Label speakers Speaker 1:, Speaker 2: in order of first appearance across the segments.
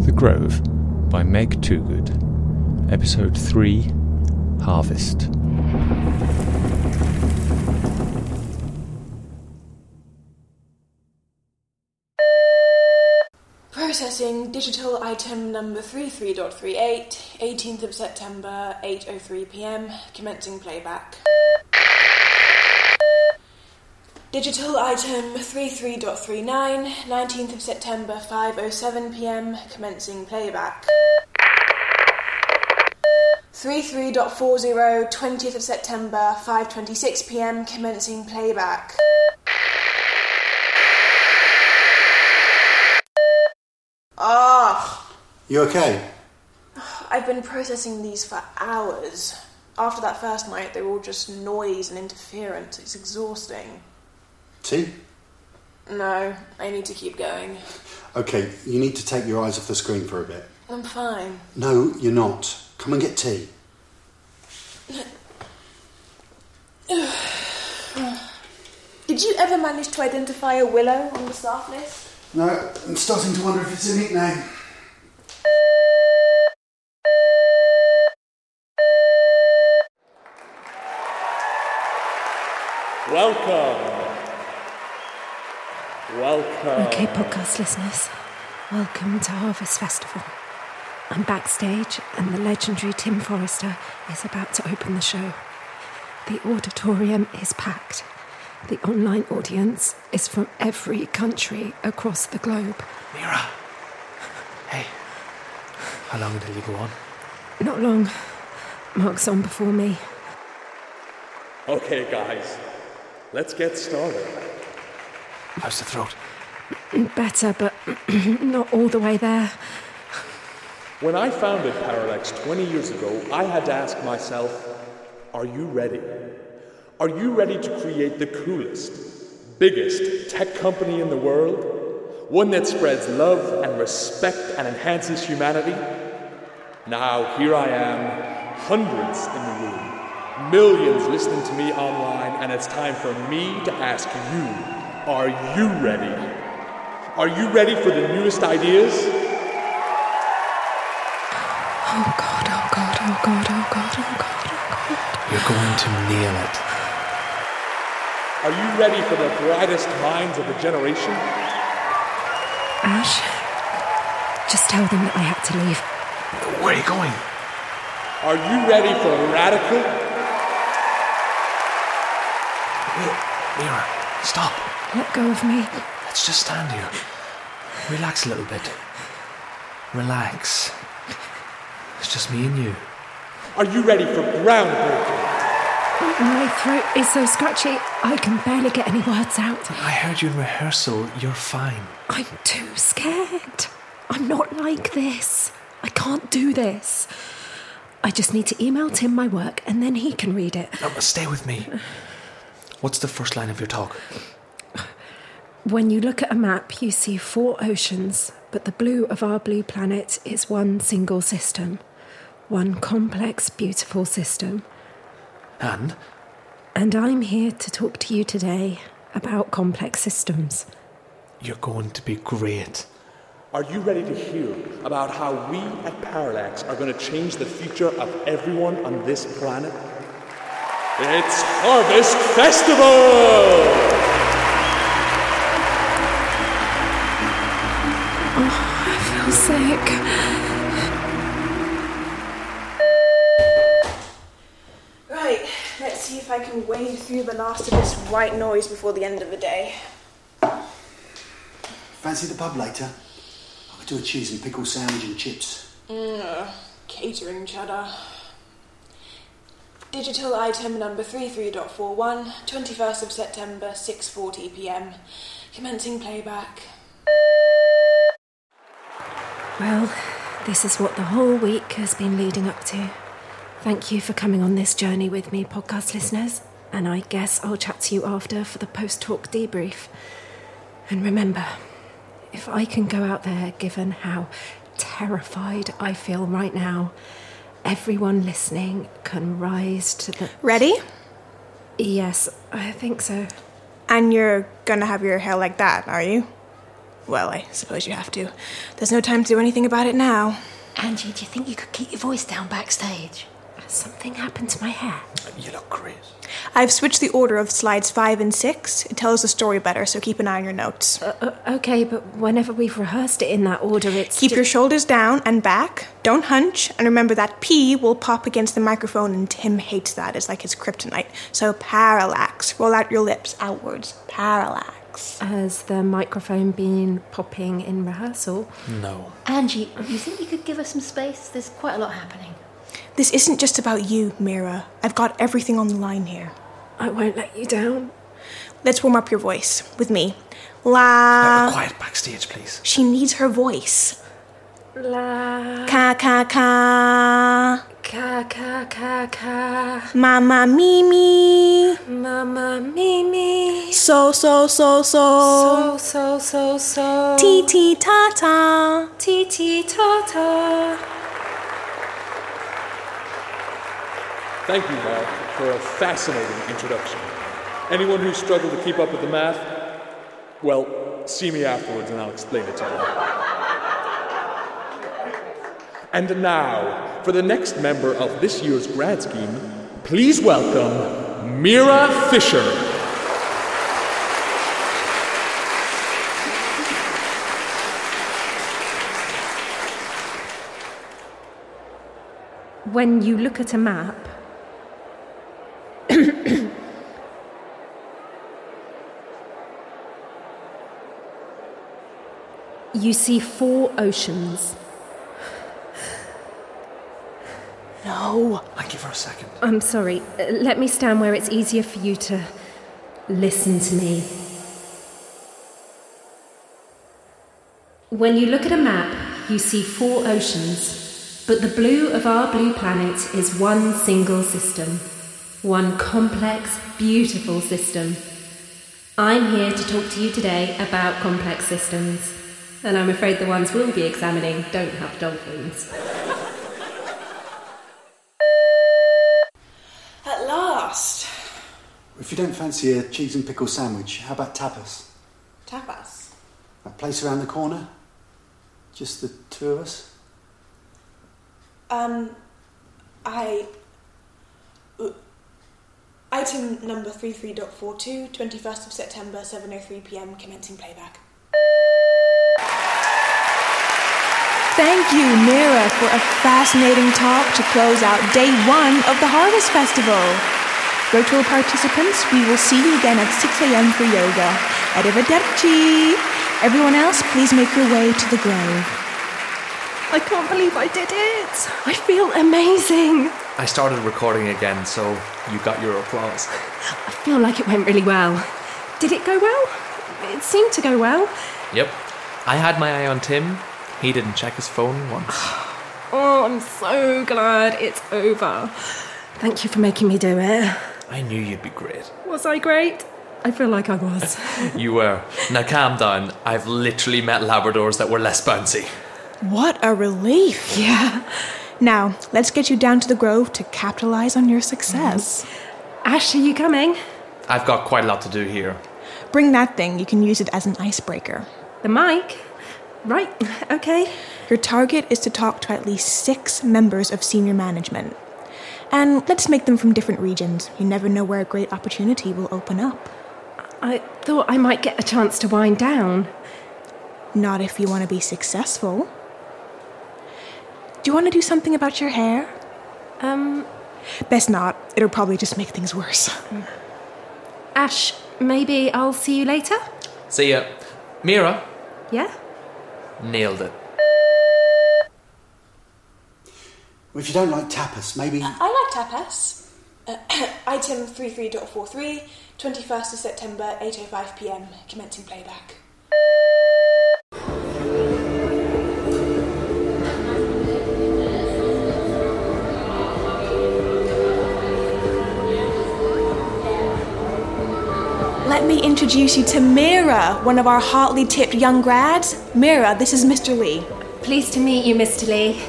Speaker 1: The Grove by Meg Toogood. Episode 3 Harvest.
Speaker 2: Processing digital item number 33.38, 18th of September, 8.03 pm, commencing playback. Digital item 33.39, 19th of September, 5.07 pm, commencing playback. 33.40, 20th of September, 5.26 pm, commencing playback. Ah!
Speaker 3: You okay?
Speaker 2: I've been processing these for hours. After that first night, they were all just noise and interference. It's exhausting.
Speaker 3: Tea?
Speaker 2: No, I need to keep going.
Speaker 3: Okay, you need to take your eyes off the screen for a bit.
Speaker 2: I'm fine.
Speaker 3: No, you're not. Come and get tea.
Speaker 2: Did you ever manage to identify a willow on the staff list?
Speaker 3: No, I'm starting to wonder if it's a nickname.
Speaker 4: Welcome. Welcome.
Speaker 5: Okay, podcast listeners, welcome to Harvest Festival. I'm backstage, and the legendary Tim Forrester is about to open the show. The auditorium is packed. The online audience is from every country across the globe.
Speaker 6: Mira. Hey. How long until you go on?
Speaker 5: Not long. Mark's on before me.
Speaker 4: Okay, guys, let's get started.
Speaker 6: How's the throat?
Speaker 5: Better, but not all the way there.
Speaker 4: When I founded Parallax 20 years ago, I had to ask myself, are you ready? Are you ready to create the coolest, biggest tech company in the world? One that spreads love and respect and enhances humanity? Now, here I am, hundreds in the room, millions listening to me online, and it's time for me to ask you, are you ready? Are you ready for the newest ideas?
Speaker 5: Oh God! Oh God! Oh God! Oh God! Oh God! Oh God!
Speaker 6: You're going to nail it.
Speaker 4: Are you ready for the brightest minds of the generation?
Speaker 5: Ash, just tell them that I had to leave.
Speaker 6: Where are you going?
Speaker 4: Are you ready for radical?
Speaker 6: Mi- Mira, stop.
Speaker 5: Let go of me.
Speaker 6: Let's just stand here. Relax a little bit. Relax. It's just me and you.
Speaker 4: Are you ready for groundbreaking?
Speaker 5: My throat is so scratchy, I can barely get any words out.
Speaker 6: I heard you in rehearsal. You're fine.
Speaker 5: I'm too scared. I'm not like this. I can't do this. I just need to email Tim my work and then he can read it.
Speaker 6: No, but stay with me. What's the first line of your talk?
Speaker 5: When you look at a map, you see four oceans, but the blue of our blue planet is one single system. One complex, beautiful system.
Speaker 6: And
Speaker 5: And I'm here to talk to you today about complex systems.
Speaker 6: you're going to be great.
Speaker 4: Are you ready to hear about how we at Parallax are going to change the future of everyone on this planet? It's Harvest Festival!
Speaker 5: I feel sick.
Speaker 2: Right, let's see if I can wade through the last of this white noise before the end of the day.
Speaker 3: Fancy the pub later? I could do a cheese and pickle sandwich and chips.
Speaker 2: Catering cheddar. Digital item number 33.41, 21st of September, 6.40pm. Commencing playback.
Speaker 5: Well, this is what the whole week has been leading up to. Thank you for coming on this journey with me, podcast listeners. And I guess I'll chat to you after for the post talk debrief. And remember, if I can go out there, given how terrified I feel right now, everyone listening can rise to the.
Speaker 7: Ready?
Speaker 5: Yes, I think so.
Speaker 7: And you're gonna have your hair like that, are you? Well, I suppose you have to. There's no time to do anything about it now.
Speaker 8: Angie, do you think you could keep your voice down backstage?
Speaker 5: Something happened to my hair.
Speaker 3: You look great.
Speaker 7: I've switched the order of slides five and six. It tells the story better, so keep an eye on your notes.
Speaker 5: Uh, okay, but whenever we've rehearsed it in that order, it's.
Speaker 7: keep
Speaker 5: ju-
Speaker 7: your shoulders down and back. Don't hunch. And remember that P will pop against the microphone, and Tim hates that. It's like his kryptonite. So parallax. Roll out your lips outwards. Parallax.
Speaker 5: Has the microphone been popping in rehearsal?
Speaker 6: No.
Speaker 8: Angie, you think you could give us some space? There's quite a lot happening.
Speaker 7: This isn't just about you, Mira. I've got everything on the line here.
Speaker 5: I won't let you down.
Speaker 7: Let's warm up your voice with me. La.
Speaker 6: Uh, quiet backstage, please.
Speaker 7: She needs her voice.
Speaker 5: La
Speaker 7: Ka ka ka.
Speaker 5: ka ka ka ka.
Speaker 7: Mama Mimi.
Speaker 5: Mama Mimi.
Speaker 7: So so so so.
Speaker 5: So so so so.
Speaker 7: Oh. Ti ti ta ta.
Speaker 5: ti ti ta ta.
Speaker 4: Thank you, Mark, for a fascinating introduction. Anyone who struggled to keep up with the math, well, see me afterwards and I'll explain it to you. And now, for the next member of this year's grad scheme, please welcome Mira Fisher.
Speaker 5: When you look at a map, you see four oceans.
Speaker 7: No.
Speaker 6: I give her a second.
Speaker 5: I'm sorry. Uh, Let me stand where it's easier for you to listen to me. When you look at a map, you see four oceans, but the blue of our blue planet is one single system, one complex, beautiful system. I'm here to talk to you today about complex systems, and I'm afraid the ones we'll be examining don't have dolphins.
Speaker 2: At last.
Speaker 3: If you don't fancy a cheese and pickle sandwich, how about tapas?
Speaker 2: Tapas.
Speaker 3: That place around the corner? Just the two of us?
Speaker 2: Um, I. uh, Item number 33.42, 21st of September, 7.03pm, commencing playback.
Speaker 7: Thank you, Mira, for a fascinating talk to close out day one of the Harvest Festival. Virtual participants, we will see you again at 6 a.m. for yoga. Arrivederci! Everyone else, please make your way to the grove.
Speaker 5: I can't believe I did it. I feel amazing.
Speaker 6: I started recording again, so you got your applause.
Speaker 5: I feel like it went really well. Did it go well? It seemed to go well.
Speaker 6: Yep. I had my eye on Tim. He didn't check his phone once.
Speaker 5: Oh, I'm so glad it's over. Thank you for making me do it.
Speaker 6: I knew you'd be great.
Speaker 5: Was I great? I feel like I was.
Speaker 6: You were. Now calm down. I've literally met Labradors that were less bouncy.
Speaker 7: What a relief!
Speaker 5: yeah.
Speaker 7: Now, let's get you down to the grove to capitalize on your success.
Speaker 5: Ash, are you coming?
Speaker 6: I've got quite a lot to do here.
Speaker 7: Bring that thing, you can use it as an icebreaker.
Speaker 5: The mic? Right, okay.
Speaker 7: Your target is to talk to at least six members of senior management. And let's make them from different regions. You never know where a great opportunity will open up.
Speaker 5: I thought I might get a chance to wind down.
Speaker 7: Not if you want to be successful. Do you want to do something about your hair?
Speaker 5: Um,
Speaker 7: Best not. It'll probably just make things worse.
Speaker 5: Ash, maybe I'll see you later?
Speaker 6: See ya. Mira,
Speaker 5: Yeah?
Speaker 6: nailed it.
Speaker 3: Well, if you don't like tapas, maybe.
Speaker 2: I like tapas. Uh, item 33.43, 21st of September, 8.05pm, commencing playback.
Speaker 7: introduce you to Mira, one of our hotly tipped young grads. Mira, this is Mr. Lee.
Speaker 9: Pleased to meet you, Mr. Lee.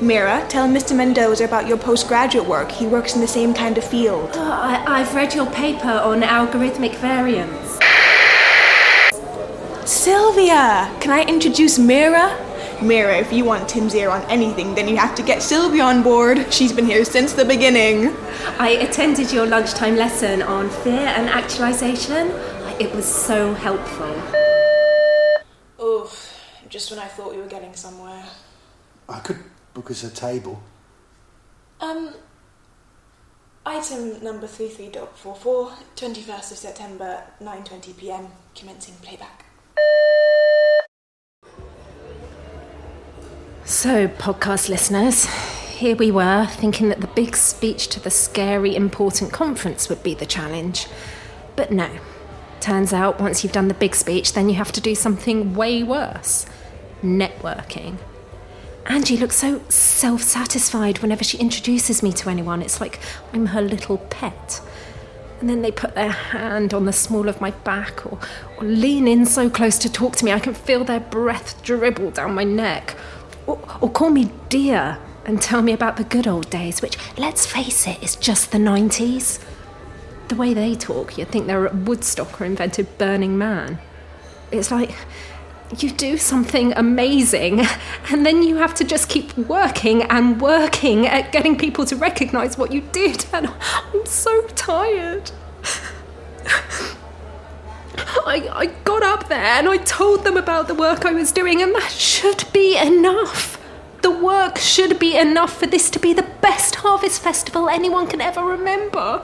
Speaker 7: Mira, tell Mr. Mendoza about your postgraduate work. He works in the same kind of field.
Speaker 9: Oh, I, I've read your paper on algorithmic variance.
Speaker 7: Sylvia! Can I introduce Mira? Mira, if you want Tim's ear on anything, then you have to get Sylvia on board. She's been here since the beginning.
Speaker 9: I attended your lunchtime lesson on fear and actualization. It was so helpful.
Speaker 2: Oof, just when I thought we were getting somewhere.
Speaker 3: I could book us a table.
Speaker 2: Um, item number 33.44, 21st of September, 9.20pm, commencing playback.
Speaker 5: So, podcast listeners, here we were thinking that the big speech to the scary, important conference would be the challenge. But no. Turns out once you've done the big speech, then you have to do something way worse networking. Angie looks so self satisfied whenever she introduces me to anyone. It's like I'm her little pet. And then they put their hand on the small of my back or, or lean in so close to talk to me I can feel their breath dribble down my neck. Or, or call me dear and tell me about the good old days, which, let's face it, is just the 90s. The way they talk, you'd think they were at Woodstock or invented Burning Man. It's like you do something amazing and then you have to just keep working and working at getting people to recognize what you did and i'm so tired I, I got up there and i told them about the work i was doing and that should be enough the work should be enough for this to be the best harvest festival anyone can ever remember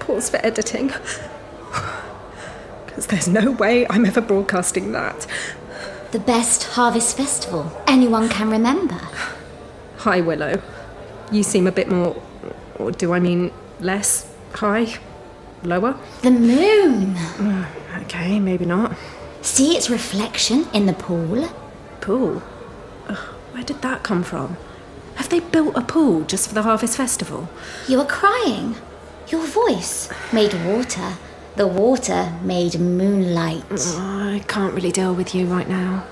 Speaker 5: pause for editing. Because there's no way I'm ever broadcasting that.
Speaker 4: The best harvest festival anyone can remember.
Speaker 5: Hi, Willow. You seem a bit more. Or do I mean less high? Lower?
Speaker 4: The moon.
Speaker 5: Okay, maybe not.
Speaker 4: See its reflection in the pool?
Speaker 5: Pool? Ugh, where did that come from? Have they built a pool just for the Harvest Festival?
Speaker 4: You are crying. Your voice made water. The water made moonlight.
Speaker 5: Oh, I can't really deal with you right now.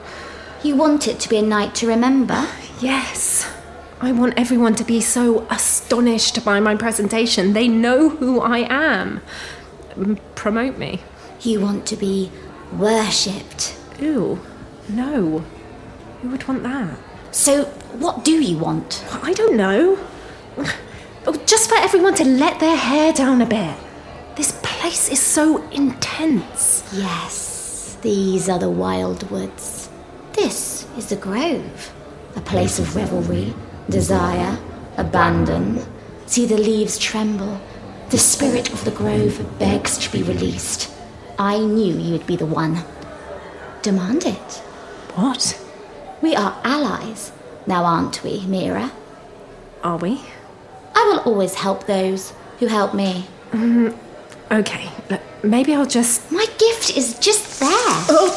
Speaker 4: You want it to be a night to remember?
Speaker 5: Yes. I want everyone to be so astonished by my presentation. They know who I am. M- Promote me.
Speaker 4: You want to be worshipped.
Speaker 5: Ew. No. Who would want that?
Speaker 4: So, what do you want?
Speaker 5: I don't know. Oh, just for everyone to let their hair down a bit. This place is so intense.
Speaker 4: Yes, these are the wild woods. This is the grove, a place of revelry, desire, abandon. See the leaves tremble. The spirit of the grove begs to be released. I knew you'd be the one. Demand it.
Speaker 5: What?
Speaker 4: We are allies, now aren't we, Mira?
Speaker 5: Are we?
Speaker 4: I will always help those who help me.
Speaker 5: Okay, look, maybe I'll just.
Speaker 4: My gift is just there,
Speaker 5: Oh,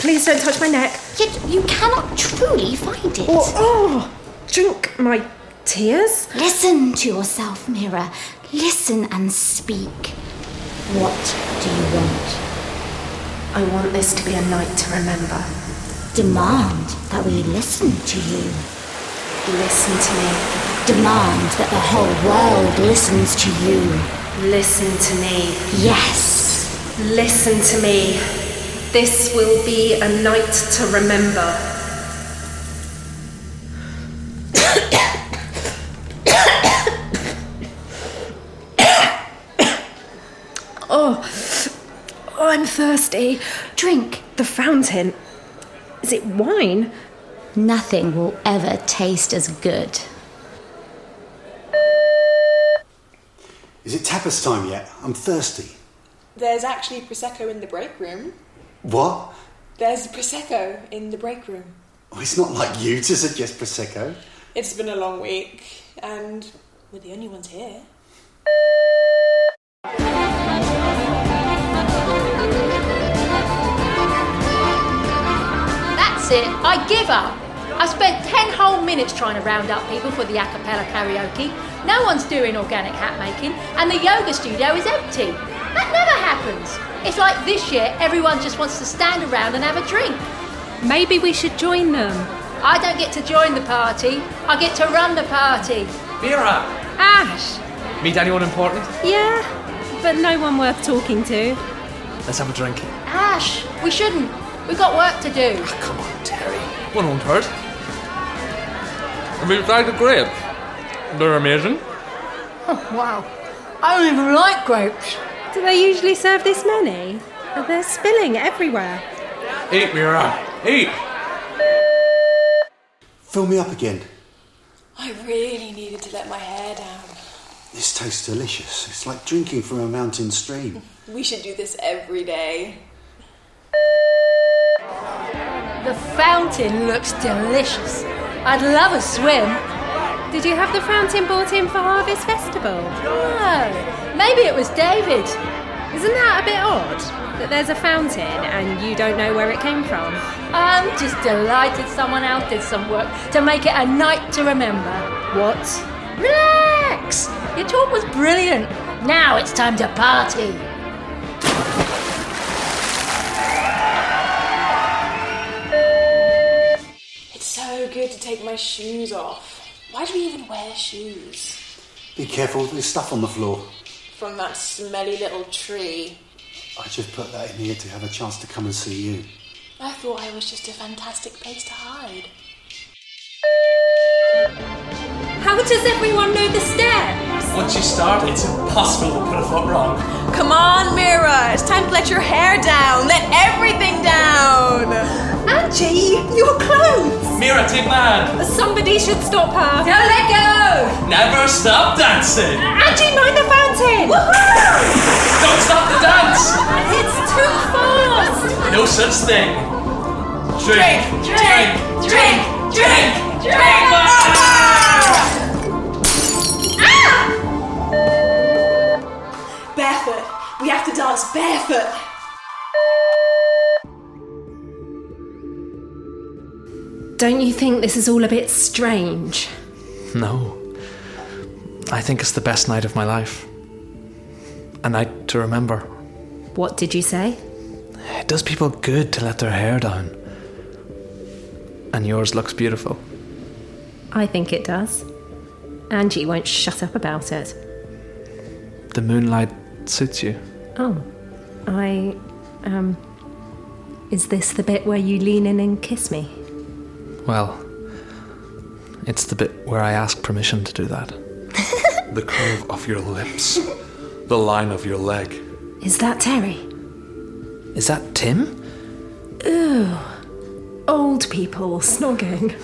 Speaker 5: please don't touch my neck.
Speaker 4: yet you cannot truly find it.
Speaker 5: Oh, oh drink my tears?
Speaker 4: Listen to yourself, Mira. Listen and speak. What do you want?
Speaker 5: I want this to be a night to remember.
Speaker 4: Demand that we listen to you.
Speaker 5: Listen to me.
Speaker 4: Demand that the whole world listens to you.
Speaker 5: Listen to me.
Speaker 4: Yes.
Speaker 5: Listen to me. This will be a night to remember. oh, oh, I'm thirsty.
Speaker 4: Drink.
Speaker 5: The fountain. Is it wine?
Speaker 4: Nothing will ever taste as good.
Speaker 3: Is it tapas time yet? I'm thirsty.
Speaker 2: There's actually Prosecco in the break room.
Speaker 3: What?
Speaker 2: There's Prosecco in the break room.
Speaker 3: Oh, it's not like you to suggest Prosecco.
Speaker 2: It's been a long week, and we're the only ones here.
Speaker 9: That's it. I give up.
Speaker 10: I spent 10 whole minutes trying to round up people for the a cappella karaoke. No one's doing organic hat making, and the yoga studio is empty. That never happens. It's like this year, everyone just wants to stand around and have a drink. Maybe we should join them. I don't get to join the party, I get to run the party.
Speaker 6: Vera!
Speaker 10: Ash!
Speaker 6: Meet anyone important?
Speaker 5: Yeah, but no one worth talking to.
Speaker 6: Let's have a drink.
Speaker 10: Ash, we shouldn't. We've got work to do.
Speaker 6: come on, Terry. One won't hurt.
Speaker 11: Have you tried the grape? They're amazing.
Speaker 10: Oh, wow. I don't even like grapes.
Speaker 5: Do they usually serve this many? They're spilling everywhere.
Speaker 3: Eat, Mira. Eat. Fill me up again.
Speaker 2: I really needed to let my hair down.
Speaker 3: This tastes delicious. It's like drinking from a mountain stream.
Speaker 2: We should do this every day.
Speaker 10: The fountain looks delicious. I'd love a swim.
Speaker 5: Did you have the fountain brought in for Harvest Festival?
Speaker 10: No. Maybe it was David.
Speaker 5: Isn't that a bit odd? That there's a fountain and you don't know where it came from?
Speaker 10: I'm just delighted someone else did some work to make it a night to remember. What? Relax! Your talk was brilliant. Now it's time to party.
Speaker 2: It's so good to take my shoes off. Why do we even wear shoes?
Speaker 3: Be careful, there's stuff on the floor.
Speaker 2: From that smelly little tree.
Speaker 3: I just put that in here to have a chance to come and see you.
Speaker 2: I thought I was just a fantastic place to hide.
Speaker 5: How does everyone know the steps?
Speaker 6: Once you start, it's impossible to put a foot wrong.
Speaker 7: Come on, Mira. It's time to let your hair down. Let everything down. Angie, your clothes.
Speaker 6: Mira, take my hand.
Speaker 5: Somebody should stop her.
Speaker 10: No, let go!
Speaker 6: Never stop dancing.
Speaker 5: Angie, mind the fountain!
Speaker 6: Don't stop the dance.
Speaker 5: It's too fast!
Speaker 6: No such thing.
Speaker 7: Drink, drink, drink, drink, drink.
Speaker 2: Ah! Barefoot! We have to dance barefoot!
Speaker 5: Don't you think this is all a bit strange?
Speaker 6: No. I think it's the best night of my life. A night to remember.
Speaker 5: What did you say?
Speaker 6: It does people good to let their hair down. And yours looks beautiful.
Speaker 5: I think it does. Angie won't shut up about it.
Speaker 6: The moonlight suits you.
Speaker 5: Oh, I. Um. Is this the bit where you lean in and kiss me?
Speaker 6: Well, it's the bit where I ask permission to do that.
Speaker 4: The curve of your lips, the line of your leg.
Speaker 5: Is that Terry?
Speaker 6: Is that Tim?
Speaker 5: Ooh. Old people snogging.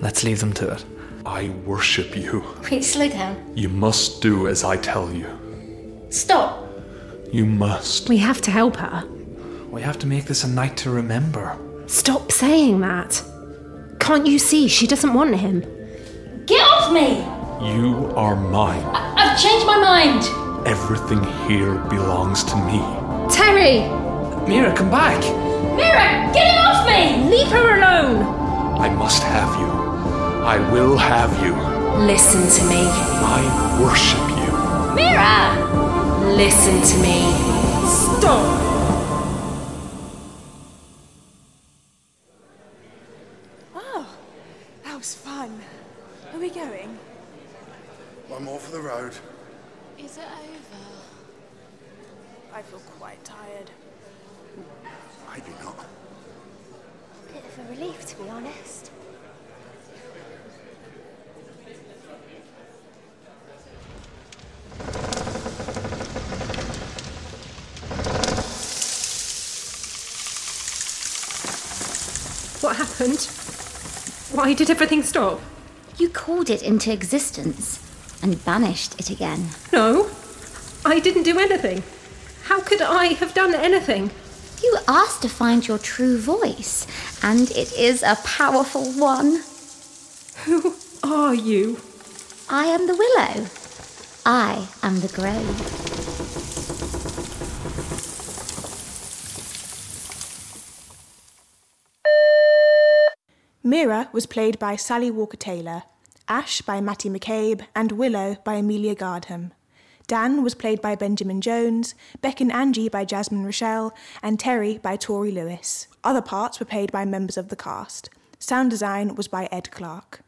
Speaker 6: Let's leave them to it.
Speaker 4: I worship you.
Speaker 10: Wait, slow down.
Speaker 4: You must do as I tell you.
Speaker 10: Stop.
Speaker 4: You must.
Speaker 5: We have to help her.
Speaker 6: We have to make this a night to remember.
Speaker 5: Stop saying that. Can't you see she doesn't want him?
Speaker 10: Get off me!
Speaker 4: You are mine.
Speaker 10: I've changed my mind.
Speaker 4: Everything here belongs to me.
Speaker 10: Terry!
Speaker 6: Mira, come back!
Speaker 10: Mira, get him off me!
Speaker 5: Leave her alone!
Speaker 4: I must have you. I will have you.
Speaker 5: Listen to me.
Speaker 4: I worship you.
Speaker 10: Mira!
Speaker 5: Listen to me. Stop!
Speaker 7: Wow, Oh, that was fun. Are we going?
Speaker 3: One more for the road.
Speaker 7: Is it over? I feel quite tired.
Speaker 3: Maybe not.
Speaker 12: Bit of a relief, to be honest.
Speaker 5: What happened? Why did everything stop?
Speaker 12: You called it into existence and banished it again.
Speaker 5: No, I didn't do anything. How could I have done anything?
Speaker 12: You asked to find your true voice, and it is a powerful one.
Speaker 5: Who are you?
Speaker 12: I am the willow. I am the grove.
Speaker 7: Mira was played by Sally Walker Taylor, Ash by Matty McCabe, and Willow by Amelia Gardham. Dan was played by Benjamin Jones, Beck and Angie by Jasmine Rochelle, and Terry by Tori Lewis. Other parts were played by members of the cast. Sound design was by Ed Clark.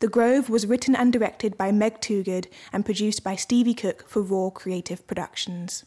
Speaker 7: The Grove was written and directed by Meg Toogood and produced by Stevie Cook for Raw Creative Productions.